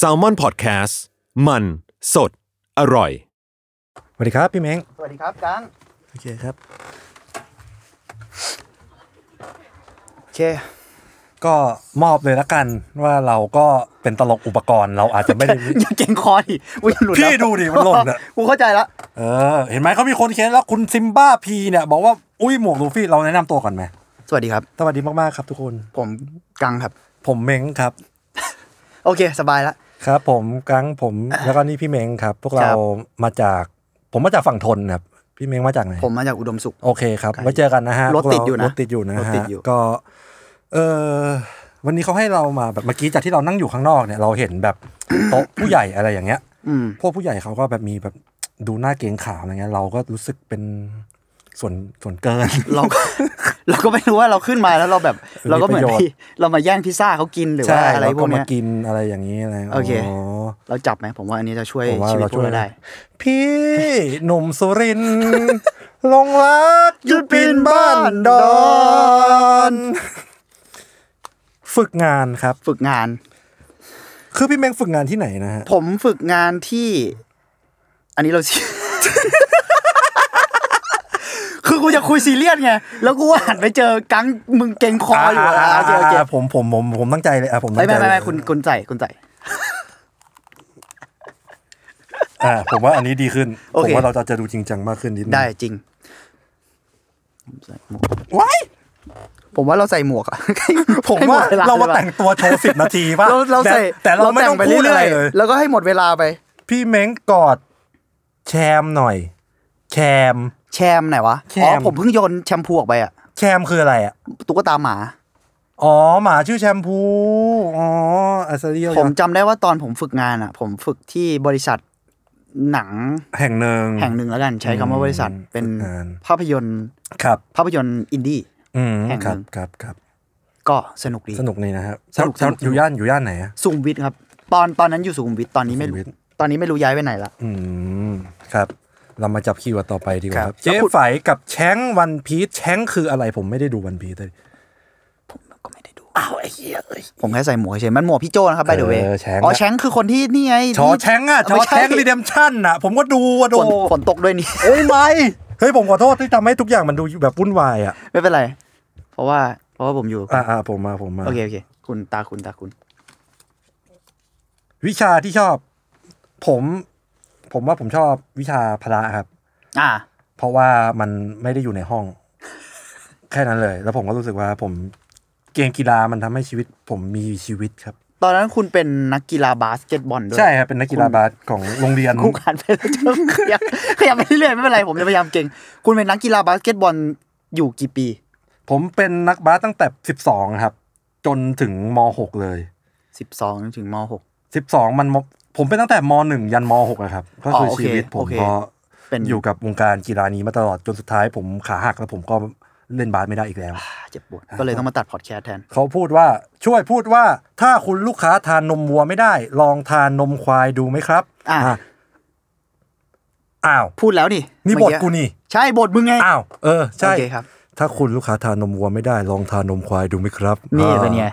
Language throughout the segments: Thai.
s a l m o n PODCAST มันสดอร่อย สวัสดีครับ พี่เม้ง สวัสดีครับกัง โอเคครับ โอเค ก็มอบเลยละกันว่าเราก็เป็นตลกอุปกรณ์เราอาจจะ ไม่ได้ อย่าเก่งคอดิอุ้ยหลุดแล้ว พี่ดูดิมันหล่นอะ กูเข้าใจแล้ว เออ เห็นไหมเขามีคนเขียนแล้วคุณซิมบ้าพีเนี่ยบอกว่าอุ้ยหมวกลูฟี่เราแนะนำตัวก่อนไหม สวัสดีครับ สวัสดีมากๆครับทุกคน ผมกังครับ ผมเม้งครับ โอเค สบายแล้ว ครับ ผมกังผมแล้วก็นี่พี่เม้งครับ พวกเรา ครับ มาจาก ผมมาจากฝั่งทนครับพี่เม้งมาจากไหน ผมมาจากอุดมสุข โอเคครับ ไกล ไว้เจอกันนะฮะ รถติดอยู่พวนะกเารถติดอยู่นะ รถ ฮะ ติดอยู่ ก็ เออวันนี้เขาให้เรามาแบบเมื่อกี้จากที่เรานั่งอยู่ข้างนอกเนี่ยเราเห็นแบบโต๊ะผู้ใหญ่อะไรอย่างเงี้ย อืม พวกผู้ใหญ่เขาก็แบบมีแบบ ดูหน้าเกรงขามอะไรเงี้ยเราก็รู้สึกเป็นส่วนส่วนเกิน เราก็ เราก็ไม่รู้ว่าเราขึ้นมาแล้วเราแบบ มี เราก็เหมือน ประโยชน์ ที่เรามาแย่งพิซซ่าเขากินหรือว่า ใช่ อะไร แล้ว พ ก็ วกเนี้ มาย กินอะไรอย่างนี้อะไร โอเค อ เราจับไหมผมว่าอันนี้จะช่วย ผมว่า ชีวิต เรา พว ช่วกย เราได้ พี่หนุ่มสุรินท ร์ลงรักยุดปินบ้านดอน ฝึกงานครับ ฝึกงาน คือพี่เมงฝึกงานที่ไหนนะฮะ ผมฝึกงานที่ อันนี้เรา คือกูจะคุยซีเรียสไง แล้วกูก็หันไปเจอกังมึงเก่งคออยู่อ่ะโอเคโอเค าผมผมผมผมตั้งใจเลยอ่ะผมตั้ ไม่ งใจ ไม่ไม่ เล ไม่ ย คุณคุณใจคุณใจ อ่าผมว่าอันนี้ดีขึ้น โอ ผม เค ว่าเราจะจะดูจริงจังมากขึ้นนิดนึง ได้จริงว้ายผมว่าเราใส่หมวกอะ ผม ให้ห ว่า ด เรามา ลยปะ แต่งตัวโชว์สิบนาทีป่ะ เราเรา แต่ ใส่ แต่เราไม่ต้อง ป พูดอะไร ๆ เลย แล้วก็ให้หมดเวลาไป พี่เม้งกอด แชมหน่อย แชม แชมไหนวะ แชม อ๋อผมเพิ่งโยนแชมพูออกไปอะ แชมคืออะไรอ่ะ ตุ๊กตาหมา อ๋อ หมาชื่อแชมพู อ๋ออัสเรีย ผมจำได้ว่าตอนผมฝึกงานอะผมฝึกที่บริษัทหนัง แห่งหนึ่ง แห่งหนึ่งแล้วกัน ใช้คำว่าบริษัท อืม เป็น ฝึกงาน ภาพยนตร์ ครับ ภาพยนตร์อินดี้ อืม แห่งหนึ่ง ครับครับครับ ก็สนุกดี สนุกนี่นะครับ สนุก แถว สนุก อยู่ย่านอยู่ย่านไหนอะ สุขุมวิทครับ ตอนตอนนั้นอยู่สุขุมวิทตอนนี้ไม่รู้ สุขุมวิท ตอนนี้ไม่รู้ย้ายไปไหนละ อืมครับ เรามาจับคีย์เวิร์ดต่อไปดีกว่า ค ค รั รั บบ เจ๊ แล้วคุณ ไฝกับแชงวันพีชแชงคืออะไรผมไม่ได้ดูวันพีชเลย ก็ไม่ได้ดูอ้าวไอ้เหี้ยเอ้ยผมแค่ใส่หมวกเฉยๆมันหมวกพี่โจนะครับ by the way เออแชง อ๋อ อะ แชงคือคนที่นี่ไง ชอแชงอ่ะชอแชงรีเดมชั่นอ่ะ ผมก็ดูอะ ฝ โดู นฝนตกด้วยนี่ โอ้ยไม่เฮ้ยผมขอโทษที่ทำให้ทุกอย่างมันดูแบบวุ่นวายอ่ะ ไม่เป็นไร เพราะว่า เพราะว่าผมอยู่ อ่าอ่าผมมาผมมา โอเคโอเค คุณตาคุณตาคุณ วิชาที่ชอบ ผม ผมว่าผมชอบวิชาพละครับ อ่า เพราะว่ามันไม่ได้อยู่ในห้อง แค่นั้นเลย แล้วผมก็รู้สึกว่า ผมเกมกีฬามันทำให้ชีวิต ผมมีชีวิตครับ ตอนนั้นคุณเป็นนักกีฬาบาสเกตบอลด้วย ใช่ครับเป็นนักกีฬาบาสของโรงเรียน กูขันไปแล้ว เจอขยับขยับไปเรื่อยๆไม่เป็นไรผมจะพยายามเก่ง คุณเป็นนักกีฬาบาสเกตบอลอยู่กี่ปี ผมเป็นนักบาสตั้งแต่สิบสองครับ จนถึงมหกเลย 12 ถึงม .6 สิบสองมันมผมเป็นตั้งแต่มหนึ่งยันมหกอะครับ ก็คืออ อโอเค ชีวิตผม โอเค ก็ เป็น อยู่กับวงการกีฬานี้มาตลอดจนสุดท้ายผมขาหักแล้วผมก็เล่นบาสไม่ได้อีกแล้ว อ่าเจ็บปวดก็เลยต้องมาตัดพอดแคสต์แทน เขาพูดว่าช่วยพูดว่าถ้าคุณลูกค้าทานนมวัวไม่ได้ ลองทานนมควายดูไหมครับ อ่ะ ะอ้าว พูดแล้วนี่ นี่บ เมื่ ท อ กูนี่ ใช่บทมึงไง อ้าวเออใช่ โอเคครับ ถ้าคุณลูกค้าทานนมวัวไม่ได้ ลองทานนมควายดูไหมครับ นี่ อ่า เป็นไง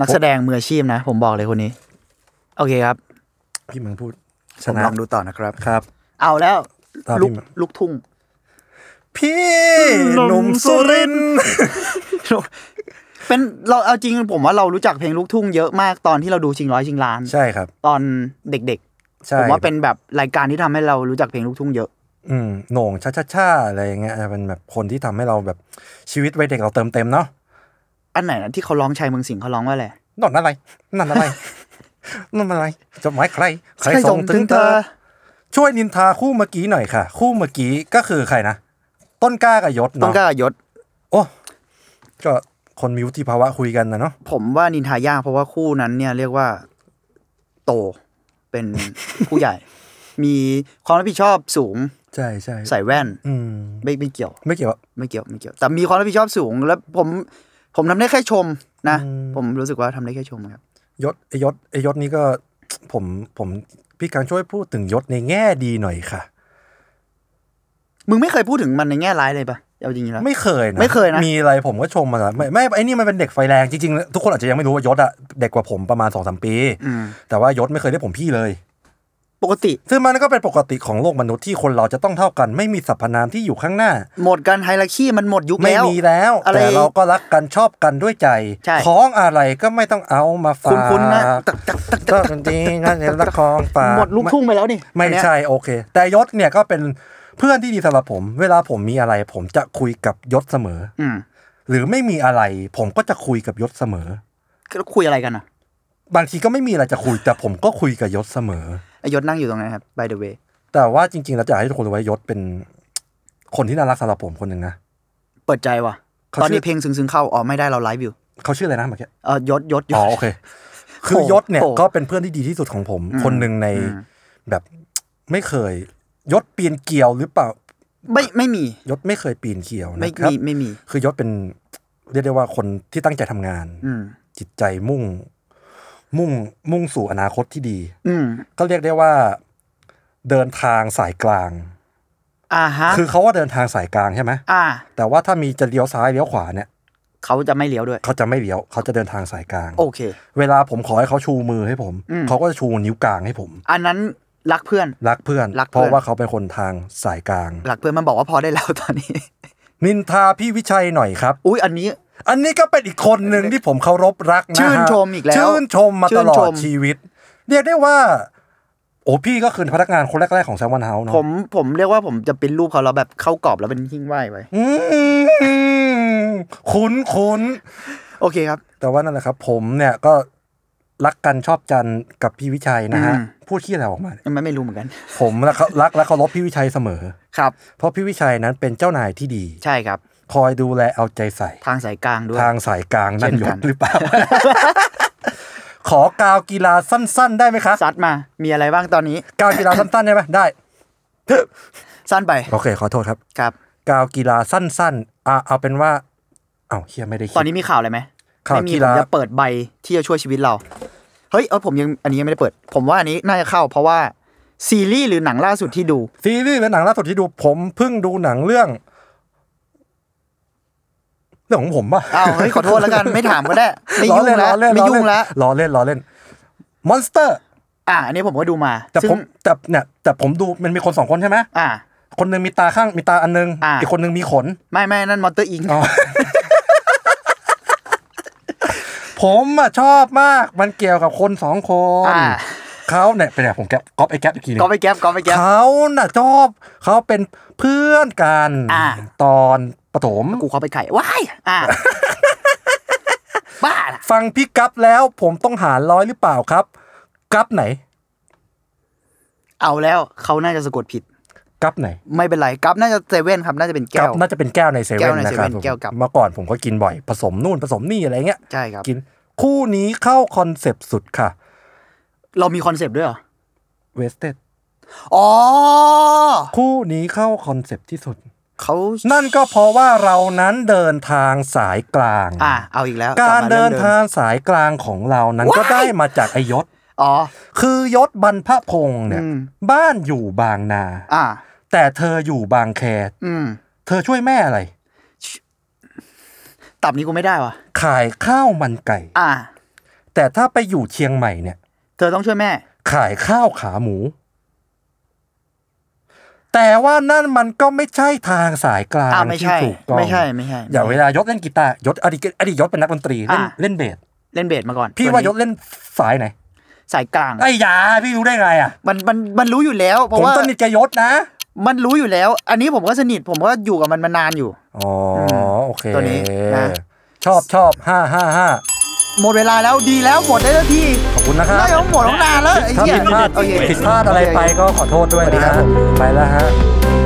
นักแสดงมืออาชีพนะ ผมบอกเลยคนนี้ โอเคครับ พี่มังพูดช ผม นะ ลองดูต่อนะครับ ครับ เอาแล้ว ตาม ลูก พี่มา ลูกทุ่ง พี่ นม หนุ่มสุรินทร์ เป็นเราเอาจริงผมว่าเรารู้จักเพลงลูกทุ่งเยอะมากตอนที่เราดูชิงร้อยชิงล้าน ใช่ครับ ตอนเด็ก ใช่ ๆ ผมว่าเป็นแบบรายการที่ทำให้เรารู้จักเพลงลูกทุ่งเยอะ อืมโหน่งชาชาชาอะไรอย่างเงี้ยเป็นแบบคนที่ทำให้เราแบบชีวิตวัยเด็กเราเติมเต็มเนาะ อันไหนนะที่เขาร้องชายเมืองสิงห์เขาร้องว่าอะไร นั่นอะไร นั่น อะไร นั่นอะไรจดหมายใคร ใครส่งถึงเธอ ช่วยนินทาคู่เมื่อกี้หน่อยค่ะ คู่เมื่อกี้ก็คือใครนะ ต้นกล้ากับยศ ต้อ เนาะ งกล้ายศ โอ้ก็ คนมีวุฒิภาวะคุยกันนะเนาะ ผมว่านินทายากเพราะว่าคู่นั้นเนี่ยเรียกว่า โตเป็น ผู้ใหญ่ มีความรับผิดชอบสูง ใช่ใช่ ใส่แว่น อืม ไม่ไม่เกี่ยว ไม่เกี่ยว ไม่เกี่ยวไม่เกี่ยวแต่มีความรับผิดชอบสูง แล้วผมผมทำได้แค่ชมนะ อืม ผมรู้สึกว่าทำได้แค่ชมครับ ยศไอยศไอยศนี่ก็ ผมผมพี่กังช่วยพูดถึงยศในแง่ดีหน่อยค่ะ มึงไม่เคยพูดถึงมันในแง่ร้ายเลยปะเอาจริงๆแล้ว ไม่เคยนะ ไม่เคยนะ มีอะไรผมก็ชมมาไม่ไม่ไอ้นี่มันเป็นเด็กไฟแรงจริงๆ ทุกคนอาจจะยังไม่รู้ว่ายศอะเด็กกว่าผมประมาณสองสามปี อืม แต่ว่ายศไม่เคยเรียกผมพี่เลย ปกติ ซึ่งมันก็เป็นปกติของโลกมนุษย์ที่คนเราจะต้องเท่ากัน ไม่มีสรรพนามที่อยู่ข้างหน้า หมดการไฮรักี้มันหมดยุค ไม่ แล้ว มีแล้ว อะไร แต่เราก็รักกันชอบกันด้วยใจ ใช่ ของอะไรก็ไม่ต้องเอามาฝาก คุ้นๆนะตักตักตักตั ก็ ก จ ตัก ริงๆงั้นเดี๋ยวละครฝาก หมดลูกทุ่งไปแล้วนี่ ไม่ อันเนี้ย ใช่โอเค แต่ยศเนี่ยก็เป็นเพื่อนที่ดีสำหรับผม เวลาผมมีอะไร ผมจะคุยกับยศเสมอ อืม หรือไม่มีอะไร ผมก็จะคุยกับยศเสมอ แล้วคุยอะไรกันอ่ะ บางทีก็ไม่มีอะไรจะคุย แต่ผมก็คุยกับยศเสมอ ไอ้ยศนั่งอยู่ตรงไหนครับ by the way แต่ว่าจริงๆเราจะให้ทุกคนรู้ไว้ยศเป็น คนที่น่ารักสำหรับผมคนหนึ่งนะ เปิดใจว่ะ เขา ตอน ชื่ นี้ อ เพลงซึ้งๆเข้าอ๋อไม่ได้เราไลฟ์อยู่ เขาชื่ออะไรนะเมื่อกี้ เออยศยศย อ๋อ ศ โอเค คือยศเนี่ย โอ้ ก็เป็นเพื่อนที่ดีที่สุดของผม อืม คนหนึ่งใน อืม แบบไม่เคย ยศปีนเกลียวหรือเปล่า ไม่ไม่มี ยศไม่เคยปีนเกลียว ไม่ นะครับ มีไม่มี คือยศเป็นเรียกได้ว่าคนที่ตั้งใจทำงาน อืม จิตใจมุ่ง มุ่งมุ่งสู่อนาคตที่ดี อืม ก็เรียกได้ว่า เดินทางสายกลาง อ่าฮะ คือเขาว่าเดินทางสายกลางใช่ไหม อ่า แต่ว่าถ้ามีจะเลี้ยวซ้ายเลี้ยวขวาเนี่ย เขาจะไม่เลี้ยวด้วย เขาจะไม่เลี้ยวเขาจะเดินทางสายกลาง โอเค เวลาผมขอให้เขาชูมือให้ผม อืม เขาก็จะชูนิ้วกลางให้ผม อันนั้นรักเพื่อน รักเพื่อน รักเพเพื่ราะ อน ว่าเขาเป็นคนทางสายกลาง รักเพื่อนมันบอกว่าพอได้แล้วตอนนี้ นินทาพี่วิชัยหน่อยครับ อุ้ยอันนี้ อันนี้ก็เป็นอีกคนหนึ่งที่ผมเคารพรักนะฮะ ชื่นชมอีกแล้ว ชื่นชมมาตลอ ชื่นช ด ม ชีวิต เรียกได้ว่า โอ้พี่ก็คือพนักงานคนแรก ๆ ของแซมวันเฮาเนาะ ผมผมเรียกว่าผมจะเป็นรูปเขาแล้วแบบเข้ากรอบแล้วเป็นหิ้งไหวไว้ อืมคุ้นคุ้น โอเคครับ แต่ว่านั่นแหละครับ ผมเนี่ยก็รักกันชอบจันกับพี่วิชัยนะฮะ อืม พูดขี้อะไรออกมาเนี่ย ยังไม่ไม่รู้เหมือน กัน ผมรักรักและเคารพพี่วิชัยเสมอ ครับ เพราะพี่วิชัยนั้นเป็นเจ้านายที่ดี ใช่ครับ คอยดูแลเอาใจใส่ ทางสายกลางด้วย ทางสายกลางนั่น เช่ หย นกั ด น หรือเปล่า ขอกาวกีฬาสั้น ๆ ได้ไหมคะ ซัดมา มีอะไรบ้างตอนนี้ กาวกีฬาสั้นๆได้ไหมได้ สั้นไป โอเค ขอโทษครับ ครับ กาวกีฬาสั้นๆอ่ะเอาเป็นว่าเอาวเฮียไม่ได้คิด ตอนนี้มีข่าวอะไรไหม ข่าว ไม่มี กี ผ ฬา มจะเปิดใบที่จะช่วยชีวิตเรา เฮ้ย เออผมยังอันนี้ยังไม่ได้เปิด ผมว่าอันนี้น่าจะเข้า เพราะว่าซีรีส์หรือหนังล่าสุดที่ดู ซีรีส์และหนังล่าสุดที่ดูผมเพิ่งดูหนังเรื่อง เรื่องของผมป่ะ อ้าว เฮ้ย ขอโทษแล้วกัน ไม่ถามก็ได้ ไม่ยุ่ง ล้ แล้ อ ว เล่น ไม่ ล้อ ยุ่ เล่ ง น แล้ว ล้อเล่นล้อเล่นมอนสเตอร์ อ่ะอันนี้ผมก็ดูมา แต่ ซึ่ง ผมแต่เนี่ยแต่ผมดูมันมีคนสองคนใช่ไหม อ่ะ คนหนึ่งมีตาข้างมีตาอันนึง อ่า อีกคนหนึ่งมีขน ไม่ไม่นั่นมอนเตอร์อิง อ๋อ ผมอะชอบมาก มันเกี่ยวกับคนสองคน อ่า เขาเนี่ยเป็นไงผมแก๊ปก๊อปไอ้แก๊ปอีกทีหนึง ก็ไปแก๊ปก็ไปแก๊ป เขาน่ะชอบเขาเป็นเพื่อนกัน อ่า ตอนปฐม กูเขาไปไข่ว้ายอ่ะ บ้าน่ะ ฟังพี่กัปแล้ว ผมต้องหารร้อยหรือเปล่าครับกัปไหน เอาแล้วเขาน่าจะสะกดผิด กัปไหน ไม่เป็นไรกราฟน่าจะเซเว่นครับ น่าจะเป็นแก้ กัป ว น่าจะเป็นแก้วในเซ แก้ เว่น วใน นะครับ เซเว่น ผม แก้วกัป เมื่อก่อนผมก็กินบ่อย ผสมนู่นผสมนี่อะไรเงี้ย ใช่ครับ กิน คู่นี้เข้าคอนเซปต์สุดค่ะ เรามีคอนเซปต์ด้วยเหรอ เวสเท อ๋อ คู่นี้เข้าคอนเซปต์ที่สุด เขา นั่นก็เพราะว่าเรานั้นเดินทางสายกลาง อ่ะเอาอีกแล้ว การ ลับม เดิ อน ทางสายกลางของเรานั้นก็ได้มาจากไอยศ อ๋อ คือยศบรรพพงษ์เนี่ย อืม บ้านอยู่บางนา อ่ะ แต่เธออยู่บางแค อืม เธอช่วยแม่อะไร ตับนี้กูไม่ได้ว่ะ ขายข้าวมันไก่ อ่ะ แต่ถ้าไปอยู่เชียงใหม่เนี่ย เธอต้องช่วยแม่ ขายข้าวขาหมู แต่ว่านั่นมันก็ไม่ใช่ทางสายกลาง อ่ะไม่ ที่ ใช่ ถูกต้อง ไม่ใช่ไม่ใช่ อย่างเวลายศเล่นกีตาร์ยศอดีตอดีตยศเป็นนักดนตรี เล่น อ่า เล่นเบส เล่นเบสมาก่อน พี่ ตั ว่ายศเล่นสายไหน สายกลาง ไอ้ยาพี่รู้ได้ไงอ่ะ มันมันมันรู้อยู่แล้วผเพราะ ม ว่า สนิทกับยศนะ มันรู้อยู่แล้ว อันนี้ผมก็สนิทผมก็อยู่กับมันมานานอยู่ อ๋อโอเค ตัวนี้นะ ชอบชอบห้าห้าห้า หมดเวลาแล้วดีแล้วหมดได้แล้วที ขอบคุณนะครับ ได้ของหมดของนานแล้วไอ้ ถ้า เหี้ย ผิดพลาด โอเค ผิดพลาดอะไรไปก็ขอโทษด้วยนะฮะไปแล้วฮะ Bye.